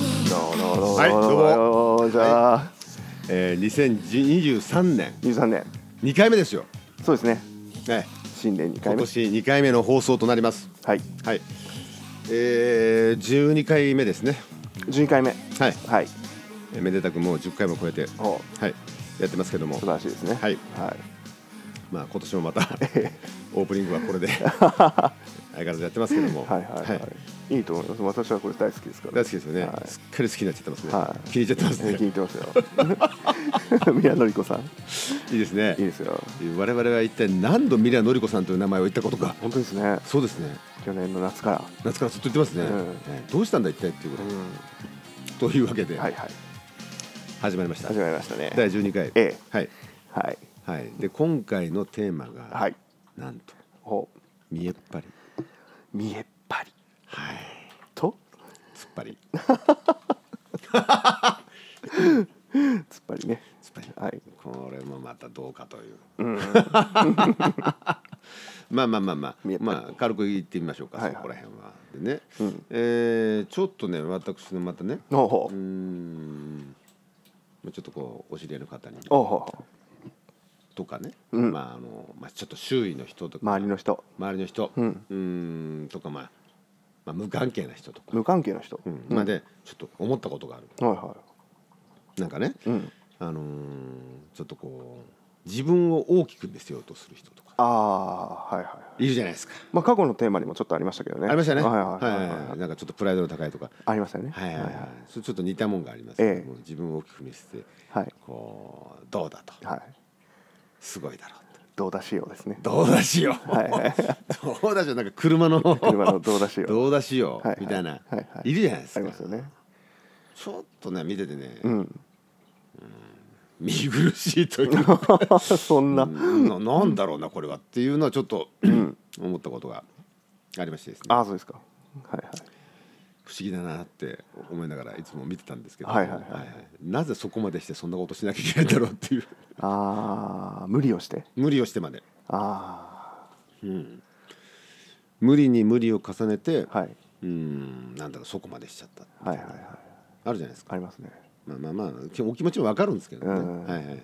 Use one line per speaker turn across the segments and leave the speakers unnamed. はいどうも
どうもじゃあ
えー、2023年
23年
2回目ですよ、
そうですね
ね、
新年2
今
回目
年2回目の放送となります
はい
はいえー、12回目ですね
12回目
はい
はい
えーめでたくもう10回も超えて
お
はいやってますけども
素晴らしいですね
はい
はい
まあ今年 もまたオープニングはこれで相変わらずやってますけども
はいはいはいいいと思います私はこれ大好きですから
大好きですよね、
はい
すっかり好きになっちゃってますね、
はい
気に入っちゃってます
え
ね
ー聞いてますよ 宮典子さんい
いいですね
いですよ
我々は一体何度ミラノリコさんという名前を言ったことか
本当ですね
そうですね
去年の夏から
夏からずっと言ってますね、
うん
えーどうしたんだ一体っていうこ
う
と、
ん
というわけで
はいはい
始まりました、
始まりましたね
第12回、
ええ
はい、
はい
はい、で今回のテーマが、
はい
なんと
お
見えっぱり
見えっぱり
はい
と
突っ張り
つっぱりね
突っ張り
はい
これもまたどうかという、 まあまあまあま
見えっ、ぱり
あまあ、軽く言ってみましょうか、
はいはい
そこら辺はでね、えーちょっとね私のまたね
おうほ
うーんちょっとこうお知り合いの方に
うおうほう
とかね、まああのまあ、ちょっと周囲の人とか
周りの人
周りの人、うーんとか、まあ、まあ無関係な人とか、
無関係の人は
うんまあでちょっと思ったことがある
いは
なんかね、
いうん
あのーちょっとこう自分を大きく見せようとする人とか
ああはいはいはい
いるじゃないですか。
まあ過去のテーマにもちょっとありましたけどね
ありましたね。
はいはいはいはい
はいなんかちょっとプライドの高いとか。
ありましたよね
はいはいはい。それちょっと似たもんがありますけども。自分を大きく見せて、
はい
こうどうだと、
はい
すごいだろうと。
どうだしようですね
どうだしよう。
はいはい
どうだしようなんか車の
車のどうだしよう
どうだしよ
はいは
う
い
みたいな
はいはい
いるじゃないです
あ
か
り。ますよね
ちょっとね見ててね
うん
見苦しいというか。
そんな
ななんだろうなこれはっていうのはちょっと思ったことがありましてですね
ああそうですかはいはい
不思議だなって思いながらいつも見てたんですけど、
はいはいはい
なぜそこまでしてそんなことしなきゃいけないんだろうっていう
ああ無理をして
無理をしてまで
あ
無理に無理を重ねて、
あはい
うんなんだろうそこまでしちゃった
はいはいはい
あるじゃないですか
ありますね
まあまあまあきお気持ちもわかるんですけどね、
うん
はいはい、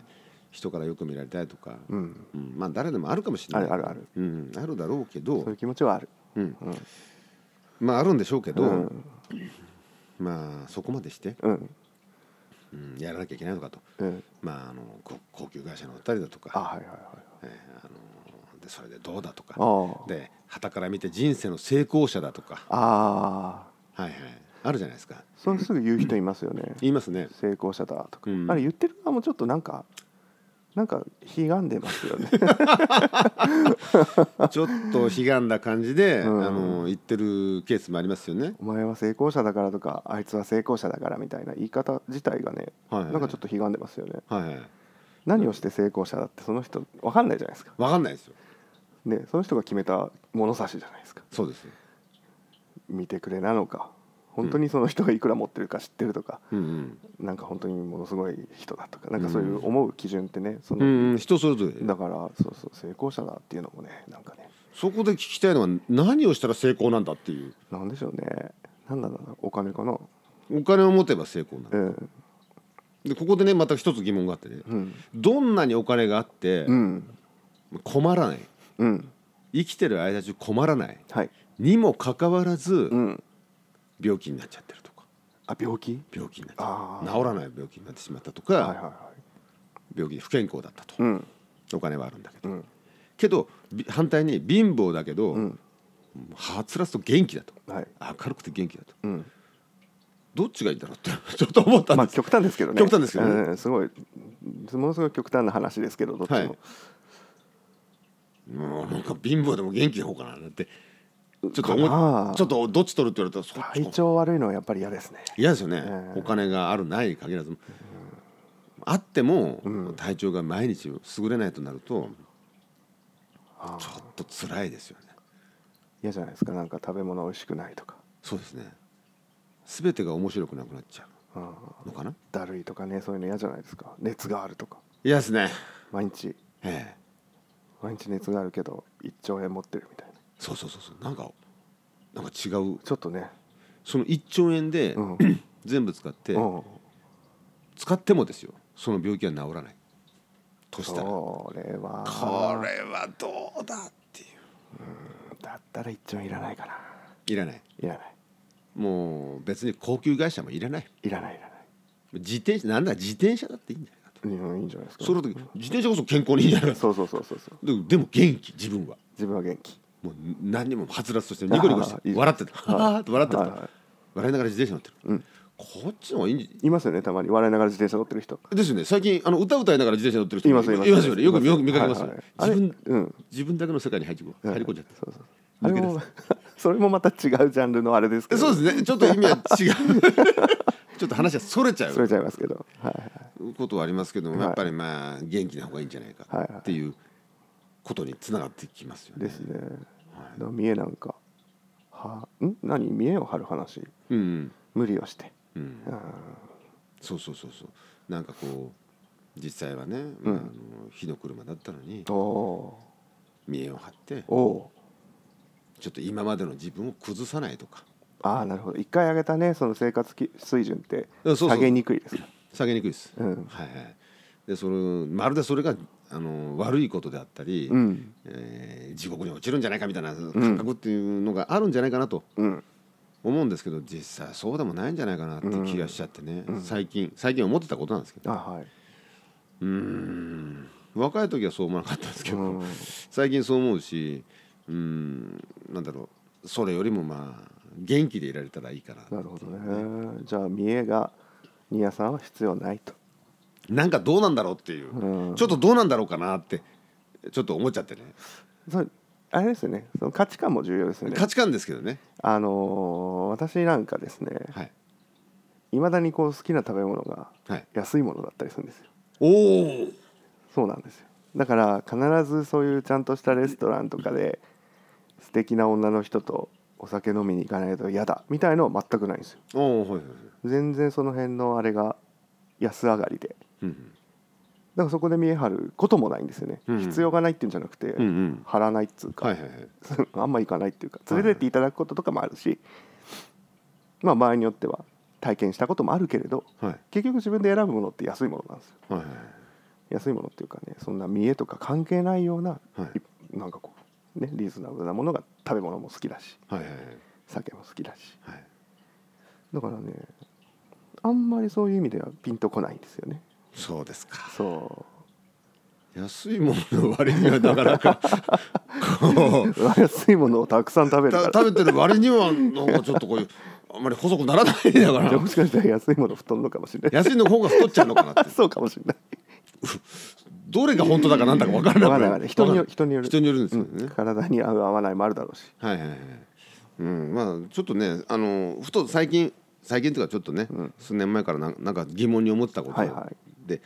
人からよく見られたいとか、
うん
うんまあ誰でもあるかもしれない
あるあるある、
うん、あるだろうけ
そうい
ど
う気持ちはある
うん
うん
まああるんでしょうけど、
うん
まあそこまでして、
うん
うん、やらなきゃいけないのかと、
うん
まあ、あのこ高級会社乗ったりだとか
あはいはいはい
えーあのでそれでどうだとか
あー
で傍から見て人生の成功者だとか、
ああ
はいはい、あるじゃないですか
それすぐ言う人いますよね
言います ね
成功者だとか、
うん
あれ言ってる側もちょっとなんかなんかひがんでます よね
ちょっと悲願な感じで、
うん
あの言ってるケースもありますよね
お前は成功者だからとかあいつは成功者だからみたいな言い方自体がね、
はいはい
なんかちょっとひがんでますよね
はいはい
何をして成功者だってその人わかんないじゃないですか
分かんないですよ
ねその人が決めた物差しじゃないですか
そうです、
見てくれなのか本当にその人がいくら持ってるか知ってるとか、
うんうん
なんか本当にものすごい人だとかなんかそういう思う基準ってねそ
うん
の、
うん、人それぞれ
だからそうそう成功者だっていうのもねなんかね
そこで聞きたいのは何をしたら成功なんだっていう
なんでしょうね。なんだろうな、お金かな。
お金を持てば成功な
う
の
ん。
でここでねまた一つ疑問があってね、
うん。
どんなにお金があって、
うん。
困らない
うん。
生きてる間中困らない
はい。
にもかかわらず、
うん。
病気になっちゃってるとか
あ、病気。
病気になっちゃ
あ
う
ー
治らない病気になってしまったとか、
はいはいはい。
病気で不健康だったと、
うん。
お金はあるんだけど、
うん。
けどび反対に貧乏だけど、
うん。
はつらつと元気だと
はい。
明るくて元気だと
うん。
どっちがいいんだろうって ちょっと思ったん
ま
で
あ、
す、
極端ですけどね。
極端ですけどね
うん、すごい。ものすごい極端な話ですけど、どっちも。
はいもうなんか貧乏でも元気の方かななんてちょっと
か
思
な
っちょっとどっち取るって言われたらそっち
体調悪いのはやっぱり嫌ですね。
嫌ですよね、
うん
お金があるないに限らず、あっても体調が毎日優れないとなると
あ
ちょ
ー
っと辛いですよね
嫌じゃないですか。なんか食べ物美味しくないとか。
そうですね全てが面白くなくなっちゃ
うん。
うのかな
だるいとかね、そういうの嫌じゃないですか。熱があるとか。
嫌ですね
毎日。
ええ
毎日熱があるけど、一兆円持ってるみたいな。
そうそうそうそうなんかなんか違う
ちょっとね。
その1兆円で、
うん
全部使って
うん。
使ってもですよその病気は治らないとしたらこ
それは
れはどうだってい
だったら一丁いらないかな
ういらない
いらない
もう別に高級会社もいらない
いらないいらない
自転車なんだ自転車だっていいんじゃないか
うんいいんじゃないですか
とその時自転車こそ健康にいいんじゃないか
そうそうそうそうそう
とででも元気自分は
自分は元気
もう何にもはつらつとしてニコニコし
あーい
て
い
笑ってた
はい
はーって笑ってた
はいはい
笑いながら自転車乗ってる、
うん
こっちの方がいいんじ
いますよねたまに笑いながら自転車乗ってる人
ですよね最近あの歌歌いながら自転車乗ってる人
いますいます
いますよねよくよく見かけますよ、
はいはいあれ
自分
うん
自分だけの世界に入り込入り込んじゃって、
そうそうあれ
抜
も それもまた違うジャンルのあれですけ
え
ど
そう
す
ですねちょっと意味は違う ちょっと話はそれちゃ
それ
う
ちゃいますけどはいはい
ことはありますけども、
はい
やっぱりまあ元気な方がいいんじゃないか
はいはい
っていうことにつながってきますよね。
ですねだから見えなんかはん何見えを張る話
うん
無理をして
うんうん
うん
そうそうそうそうなんかこう実際はね、まああの火の車だったのに
おお
見栄を張って
ーおー
ちょっと今までの自分を崩さないとか
ああなるほど一回上げたねその生活き水準って
うんそうそう
下げにくいですか
下げにくいです、
うん
はいはいでそのまるでそれがあの悪いことであったり、
うん
えー地獄に落ちるんじゃないかみたいな感覚っていうのがあるんじゃないかなと
うん
思うんですけど実際そうでもないんじゃないかなって気がしちゃってね、最近最近思ってたことなんですけど
あはい
うん若い時はそう思わなかったんですけど、
うん
最近そう思うしうんなんだろうそれよりもまあ元気でいられたらいいかな
なるほどねじゃあ見えがニアさんは必要ないと
なんかどうなんだろうっていう、
うん
ちょっとどうなんだろうかなってちょっと思っちゃってね
それあれですよねその価値観も重要ですよね
価値観ですけどね
あのー私なんかですね
はい
いまだにこう好きな食べ物が
はい
安いものだったりするんですよ
おお
そうなんですよだから必ずそういうちゃんとしたレストランとかで素敵な女の人とお酒飲みに行かないと嫌だみたいのは全くないんですよ
おおはいはいはい
全然その辺のあれが安上がりで
うん
だからそこで見え張ることもないんですよね、
うん
必要がないっていうんじゃなくて、
うんうんうん
張らないっつうか、
はいはいはい
あんま行かないっていうか連れてっていただくこととかもあるし、まあ場合によっては体験したこともあるけれど
はい
結局自分で選ぶものって安いものなんですよ
はいはい
安いものっていうかねそんな見栄とか関係ないような、
はい
いなんかこうねリーズナブルなものが食べ物も好きだし
はいはいはい
酒も好きだし
はい
だからねあんまりそういう意味ではピンとこないんですよね
そうですか
そ
安いものの割にはなか なかこう
う安いものをたくさん食べる
た
から
食べてる割にはなんかちょっとこういうあんまり細くならないだか
で
ら
もしかしたら安いもの太んのかもしれない
安いの方が太っちゃうのかなって
そうかもしれない
どれが本当だかなんだか分からな
わ
く
か
なん
な
る
いわかんない人によ人による
人によるんですよね、
うん体に合う合わないもあるだろうし
はいはいはい。うん、まあちょっとね、あのふと最近最近というかちょっとね、数年前からなんなんか疑問に思ってたこと
は
で、
いはい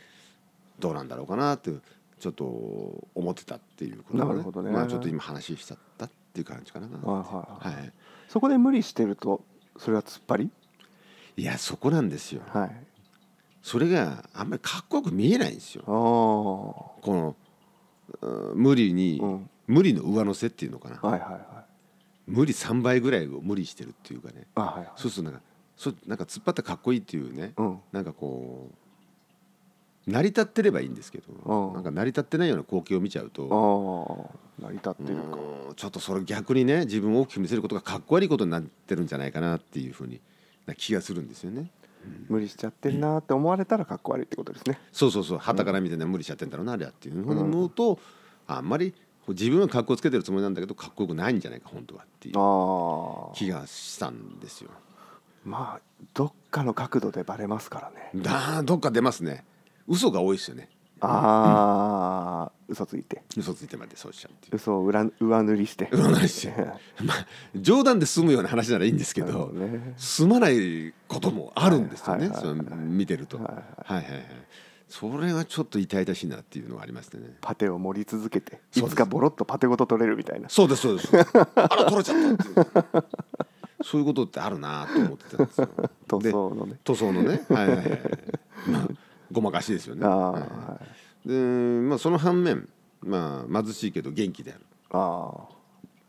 どうなんだろうかなっていうちょっと思ってたっていうことが
なるほどね
まあちょっと今話しちゃったっていう感じかな。
はい
は
はいはい
い。
そこで無理してるとそれは突っ張り
いやそこなんですよ。
はい
それがあんまりかっこよく見えないんですよ。
ああ
このうん無理に、
うん
無理の上乗せっていうのかな。
はいはいはい
無理三倍ぐらいを無理してるっていうかね。
あはいはい
そうするとなんかそうなんか突っ張ってかっこいいっていうね。
うん
なんかこう成り立ってればいいんですけ
う
ど
ん
なんか成り立ってないような光景を見ちゃう
あ
と
あ成り立ってるか
うんちょっとそれ逆にね自分を大きく見せることがかっこ悪いことになってるんじゃないかなっていうふうにな気がするんですよね。
無理しちゃってんなって思われたらかっこ悪いってことですね
そうそうそう旗から見てね無理しちゃってんだろうなあれやっていうふうに思うとあんまり自分はかっこつけてるつもりなんだけどかっこよくないんじゃないか本当はっていう
あ
気がしたんですよ。
あまあどっかの角度でバレますからね
だどっか出ますね嘘が多いですよね
ああ嘘ついて
嘘ついてまでそうしちゃうっていう。
嘘を裏上塗りして
上塗りしてまあ冗談で済むような話ならいいんですけ
なるほ
ど、
どね
済まないこともあるんですよね、
はいはい
その見てると、
は
はいい
は
はいいはいそれはちょっと痛々しいなっていうのがありましてね
パテを盛り続けてい
そうです
つかボロッとパテごと取れるみたいな
そうです そうですあら取れちゃったっていうそういうことってあるなと思ってたんですよ
塗
で
装のね
塗装のねはいはいはいまあごまかしですよね
ああ、
は
はい
いで、まあ、その反面、まあ、貧しいけど元気である
あ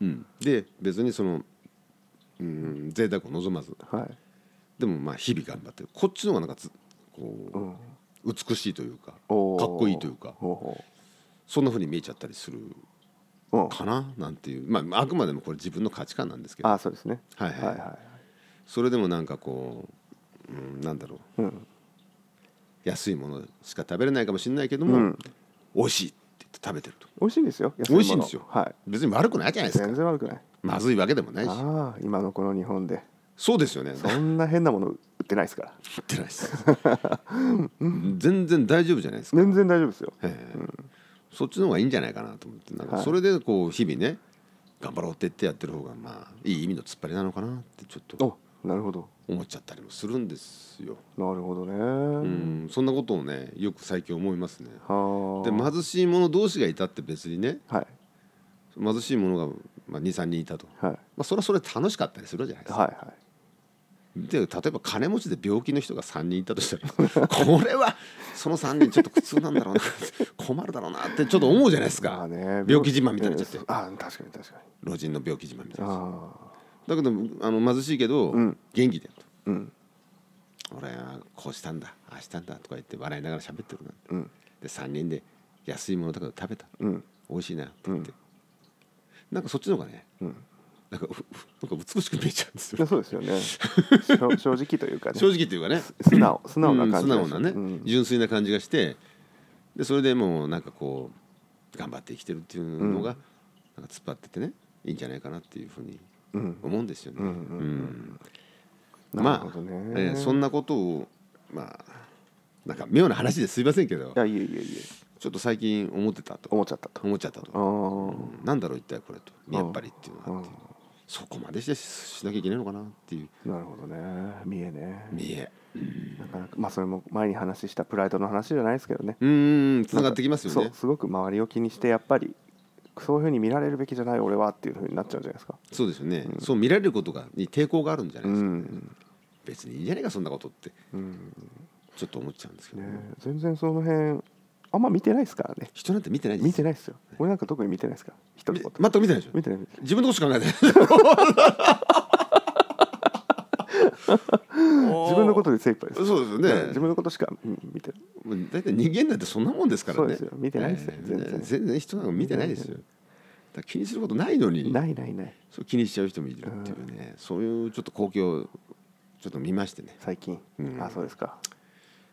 うん、で別にその、うん、贅沢を望まず
あはい
でもまあ日々頑張ってるこっちの方がなんかつこう、
うん
美しいというかかっ
おー
こいいというか
ほうほ
そんなふうに見えちゃったりする
ううん
かななんていう、まあ、あくまでもこれ自分の価値観なんですけど、
あ
は
あそうですね
いはい
はいは
それでもなんかこう、うん、なんだろう
いうん
安いものしか食べれないかもしれないけども、
うん
美味しいって言って食べてると
美味しいんですよ安もの
美味しいんですよ
はい
別に悪くないじゃないですか
全然悪くない
まずいわけでもないし
ああ今のこの日本で
そうですよね
そんな変なもの売ってないですから
食ってないです 全然大丈夫じゃないですか、
全然大丈夫ですよ
ええそっちの方がいいんじゃないかなと思ってなんか
はい
それでこう日々ね頑張ろうって言ってやってる方がまあいい意味の突っ張りなのかなってちょっと
おなるほど
思っちゃったりもするんですよ。
なるほどね
うん、そんなことをねよく最近思いますね。
はあ
で貧しい者同士がいたって別にね
はい
貧しい者が、まあ、23人いたと、ま
はい
あ、それはそれで楽しかったりするじゃないですか。
はいはい
で例えば金持ちで病気の人が3人いたとしたら これはその3人ちょっと苦痛なんだろ うな困るだろうなってちょっと思うじゃないですか、
まあね
病気自慢みたいになっちゃって
うんああ確かに確かに
老人の病気自慢みたいな
あ
だけどあの貧しいけど、
うん
元気でと
あうん
俺はこうしたんだああしたんだとか言って笑いながら喋ってるなんて
うん
で3人で安いものだけど食べた、
うん
美味しいなって言って、なんかそっちの方がね
うん
なんかふふなんか美しく見えちゃうんです
いや
よ
そうですよ ねしょ正直というかね
正直というかね
素直素直な感じがする
うん素直なね、
うん
純粋な感じがしてでそれでもうなんかこう頑張って生きてるっていうのが、なんか突っ張っててねいいんじゃないかなっていうふうに
うん
思うんですよね。
うんうん
うん
なる
ま
ほ
あ
ど、ね
えーそんなことをまあなんか妙な話ですいませんけど
いやいえいえいえ
ちょっと最近思ってたと
思っちゃったと
思っちゃったと、
あー
うんなんだろう一体これとやっぱりっていうのがあって
うん
そこまでしてししなきゃいけないのかなっていう
なるほどね見えね
見え
なかなかまあそれも前に話したプライドの話じゃないですけどね
うーんつながってきますよ
そう
ね
すごく周りを気にしてやっぱりそういうふうに見られるべきじゃない俺はっていうふうになっちゃうんじゃないですか
そうですよね、そう見られることがに抵抗があるんじゃな
う
いですか、
ん、
別にいいじゃないかそんなことって
うん
ちょっと思っちゃうんですけど、
ね、全然その辺あんま見てないですからね
人なんて見てないです
見てないですよ俺なんか特に見てないですから人の
み
こと
全く見てないでしょ
見てない見てない
自分のことしか考えて
自
ない
分のことで精一杯です
そうですよね
うん自分のことしかうん見てない
もう大体人間なんてそんなもんですからね
そうですよ見てないですよ
えー
全然
全然人なんか見てないですよだから気にすることないのに
ないないない
そう気にしちゃう人もいるっていうね、そういうちょっと光景をちょっと見ましてね
最近、
うん
あそうですか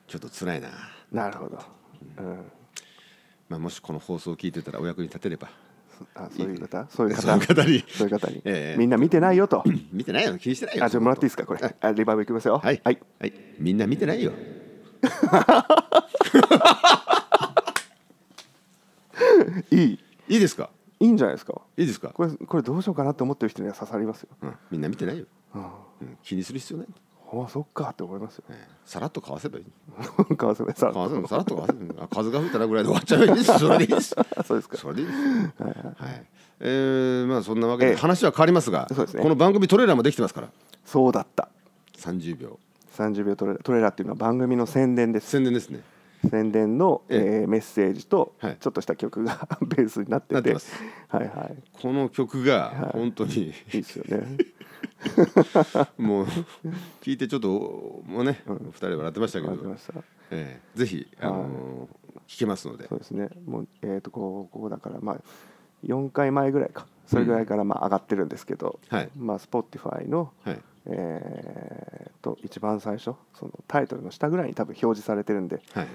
ちょっと辛いな、
なるほど、うん、
まあ、もしこの放送を聞いてたらお役に立てれば
そあそういう方そういう
そ
方
の方に
そういう方に、
ええ
みんな見てないよと
見てないよ気にしてないよ
あじゃあもらっていいですかこれ
はい
あリバーブいきますよ
はい、
はい、
みんな見てないよ
いい
いいですか
いいんじゃないですか
いいですか、
これこれどうしようかなって思ってる人には刺さりますよ、
うん、みんな見てないよ、
うん、
うん、気にする必要ない、
あそっかって思いますよ
ええさらっとかわせばいい
川染さん
かわせばさらっとかわせばいいあ風が吹いたらぐらいで終わっちゃえばいいですそれでいいです
あそうですか
それでいいですはいえーまあそんなわけ
ええ
で話は変わりますが、
そうですね
この番組トレーラーもできてますから
そうだった
30秒
30秒トレトレーラーっていうのは番組の宣伝です
宣伝ですね
宣伝の、え
ええ
ーメッセージと
はい
ちょっとした曲が ベースになってて
なってます
はいはい
この曲が本当に、
いいです よね
もう聞いてちょっともうね、お二人笑ってましたけ
わ
ど
かりました
ええぜひ、あのー聞けますので
そうですねもうえっ、とこうここだからまあ4回前ぐらいかそれぐらいからまあ上がってるんですけど、
はい
まあ Spotify の、
はい
えー、と一番最初そのタイトルの下ぐらいに多分表示されてるんで
はい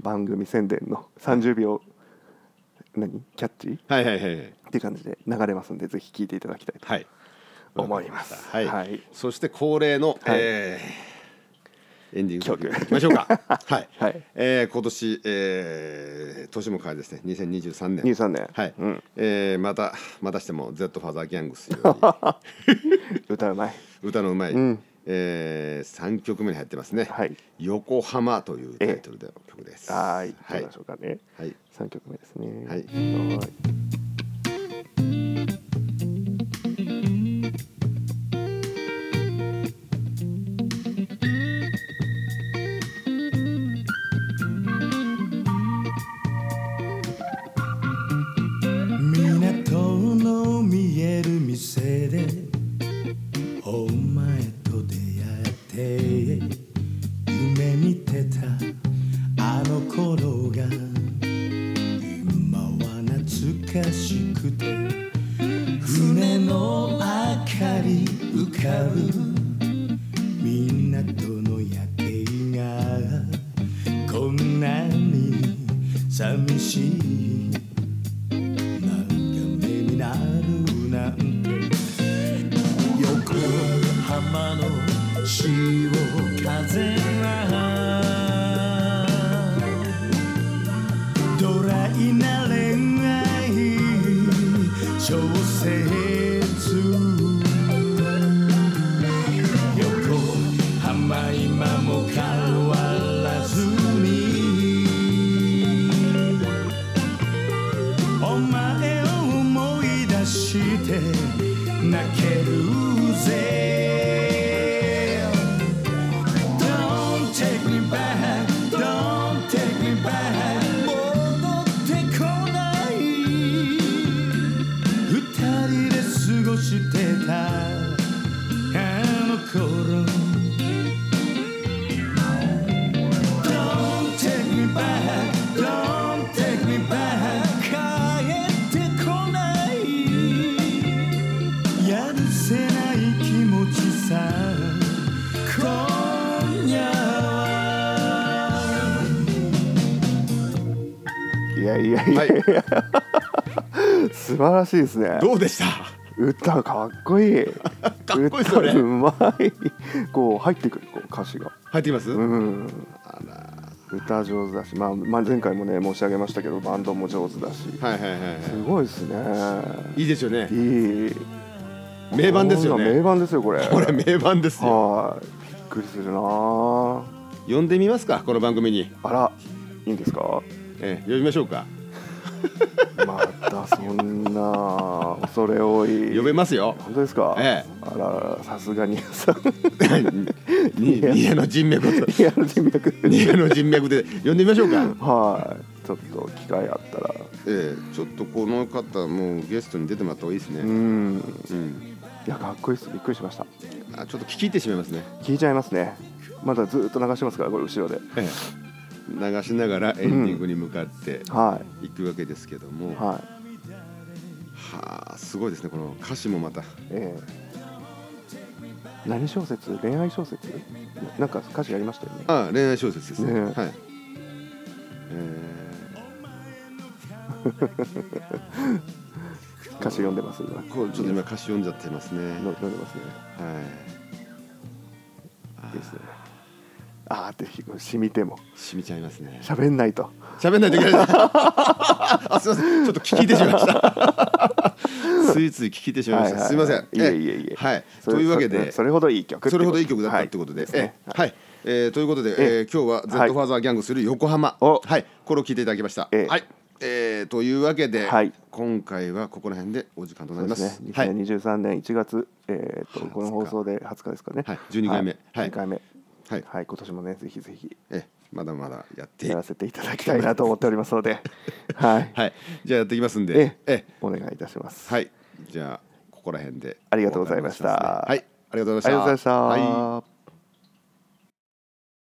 番組宣伝の30秒何キャッチっ
はいはいはいはい
ていう感じで流れますんでぜひ聞いていただきたいと
はい
思います
はい、
はい
そして恒例の、
はい
えーエンディング曲
曲
いきましょうか はい、
はい
えー今年、えー年も変わりですね2023年
23年、
はい、
うん、
えーまたまたしても Z ファザーギャングスより
歌うまい
歌のうまい、
うん
え3曲目に入ってますね「
はい
横浜」というタイトルの曲です、
はい
は
どう
い
でしょうかね、
はい
三曲目ですね
はい
ーい
港の見える店でお前と出会って夢見てたあ船の明かり浮かぶ港の夜景がこんなに寂しい眺めになるなんて横浜の潮風はドライな恋愛小説横浜今も変わらずにお前を思い出して泣けるぜ Don't take me back Don't take me back 戻ってこない二人で過ごしてたあの頃 Don't take me back Don't take me back 帰ってこないやるせない気持ちさ今夜はい
やいやいや、
はい
素晴らしいですね
どうでした
歌かっこいい
かっこいいっすよね
歌うまいこう入ってくるこう歌詞が
入ってきます、
うん歌上手だし、まあ、まあ前回もね申し上げましたけどバンドも上手だし
はいはいはいは
すごいですね
いいいですよね
いい
名盤ですよ
こんな名
ね
盤ですよこれ
これ名盤ですよ
はいびっくりするなあ
呼んでみますかこの番組に、
あらいいんですか
ええ呼びましょうか
またそんな恐れ多い
呼べますよ
本当ですか、
ええ
あらららさすがにさん
に家の人脈を
リアル人脈
家の人脈で呼んでみましょうか
はいちょっと機会あったら
ええ、ちょっとこの方もうゲストに出てもらった方がいいですね、
うん
うん
いやかっこいいっすびっくりしました
あちょっと聞き入ってしまいますね、
聞いちゃいますねまだずっと流してますからこれ後ろで
ええ、流しながらエンディングに向かって
はい
くわけですけども、
い
は
はい
あすごいですねこの歌詞もまた
ええ何小説恋愛小説なんか歌詞ありましたよね
あ恋愛小説ですね
ね
はい、え
歌詞読んでます今
えこうちょっと今歌詞読んじゃってますね、
の読んでますね
はい
いいですねあーって染みても
染みちゃいますね
喋んないと
喋んないといけないあすいま せんちょっと聞き入ってしまいました ついつい聞き入ってしまいました、
はいはい
すいません
いえいえいえ
はい
それ
というわけ
それ
で
それほどいい曲ってこと
それほどいい曲だったってことで、
はいですね
ええはいえーということで、えー今日は「
い
z ファーザーギャングする横浜」
お
はい、これを聞いていただきました。
ええ
はいえーというわけで、
はい
今回はここら辺でお時間とな
そう
り
で
ます。
すね。
はい、
2023年1月、えー、と
20日
この放送で20日ですかね。
はい12回目は
はいい、12回目。
はい
はい、今年もね、ぜひぜひ
ええまだまだやって
やらせていただきたいなと思っておりますので、はい、
はい、じゃあやっていきますん
え
で、
え
ええ
お願いいたします。
はい、じゃあここら辺で
ありがとうございました
お別れの時間ですねはい、ありがとうご
ありがと
ざい
うござい
ま
ま
し。
したた。
はい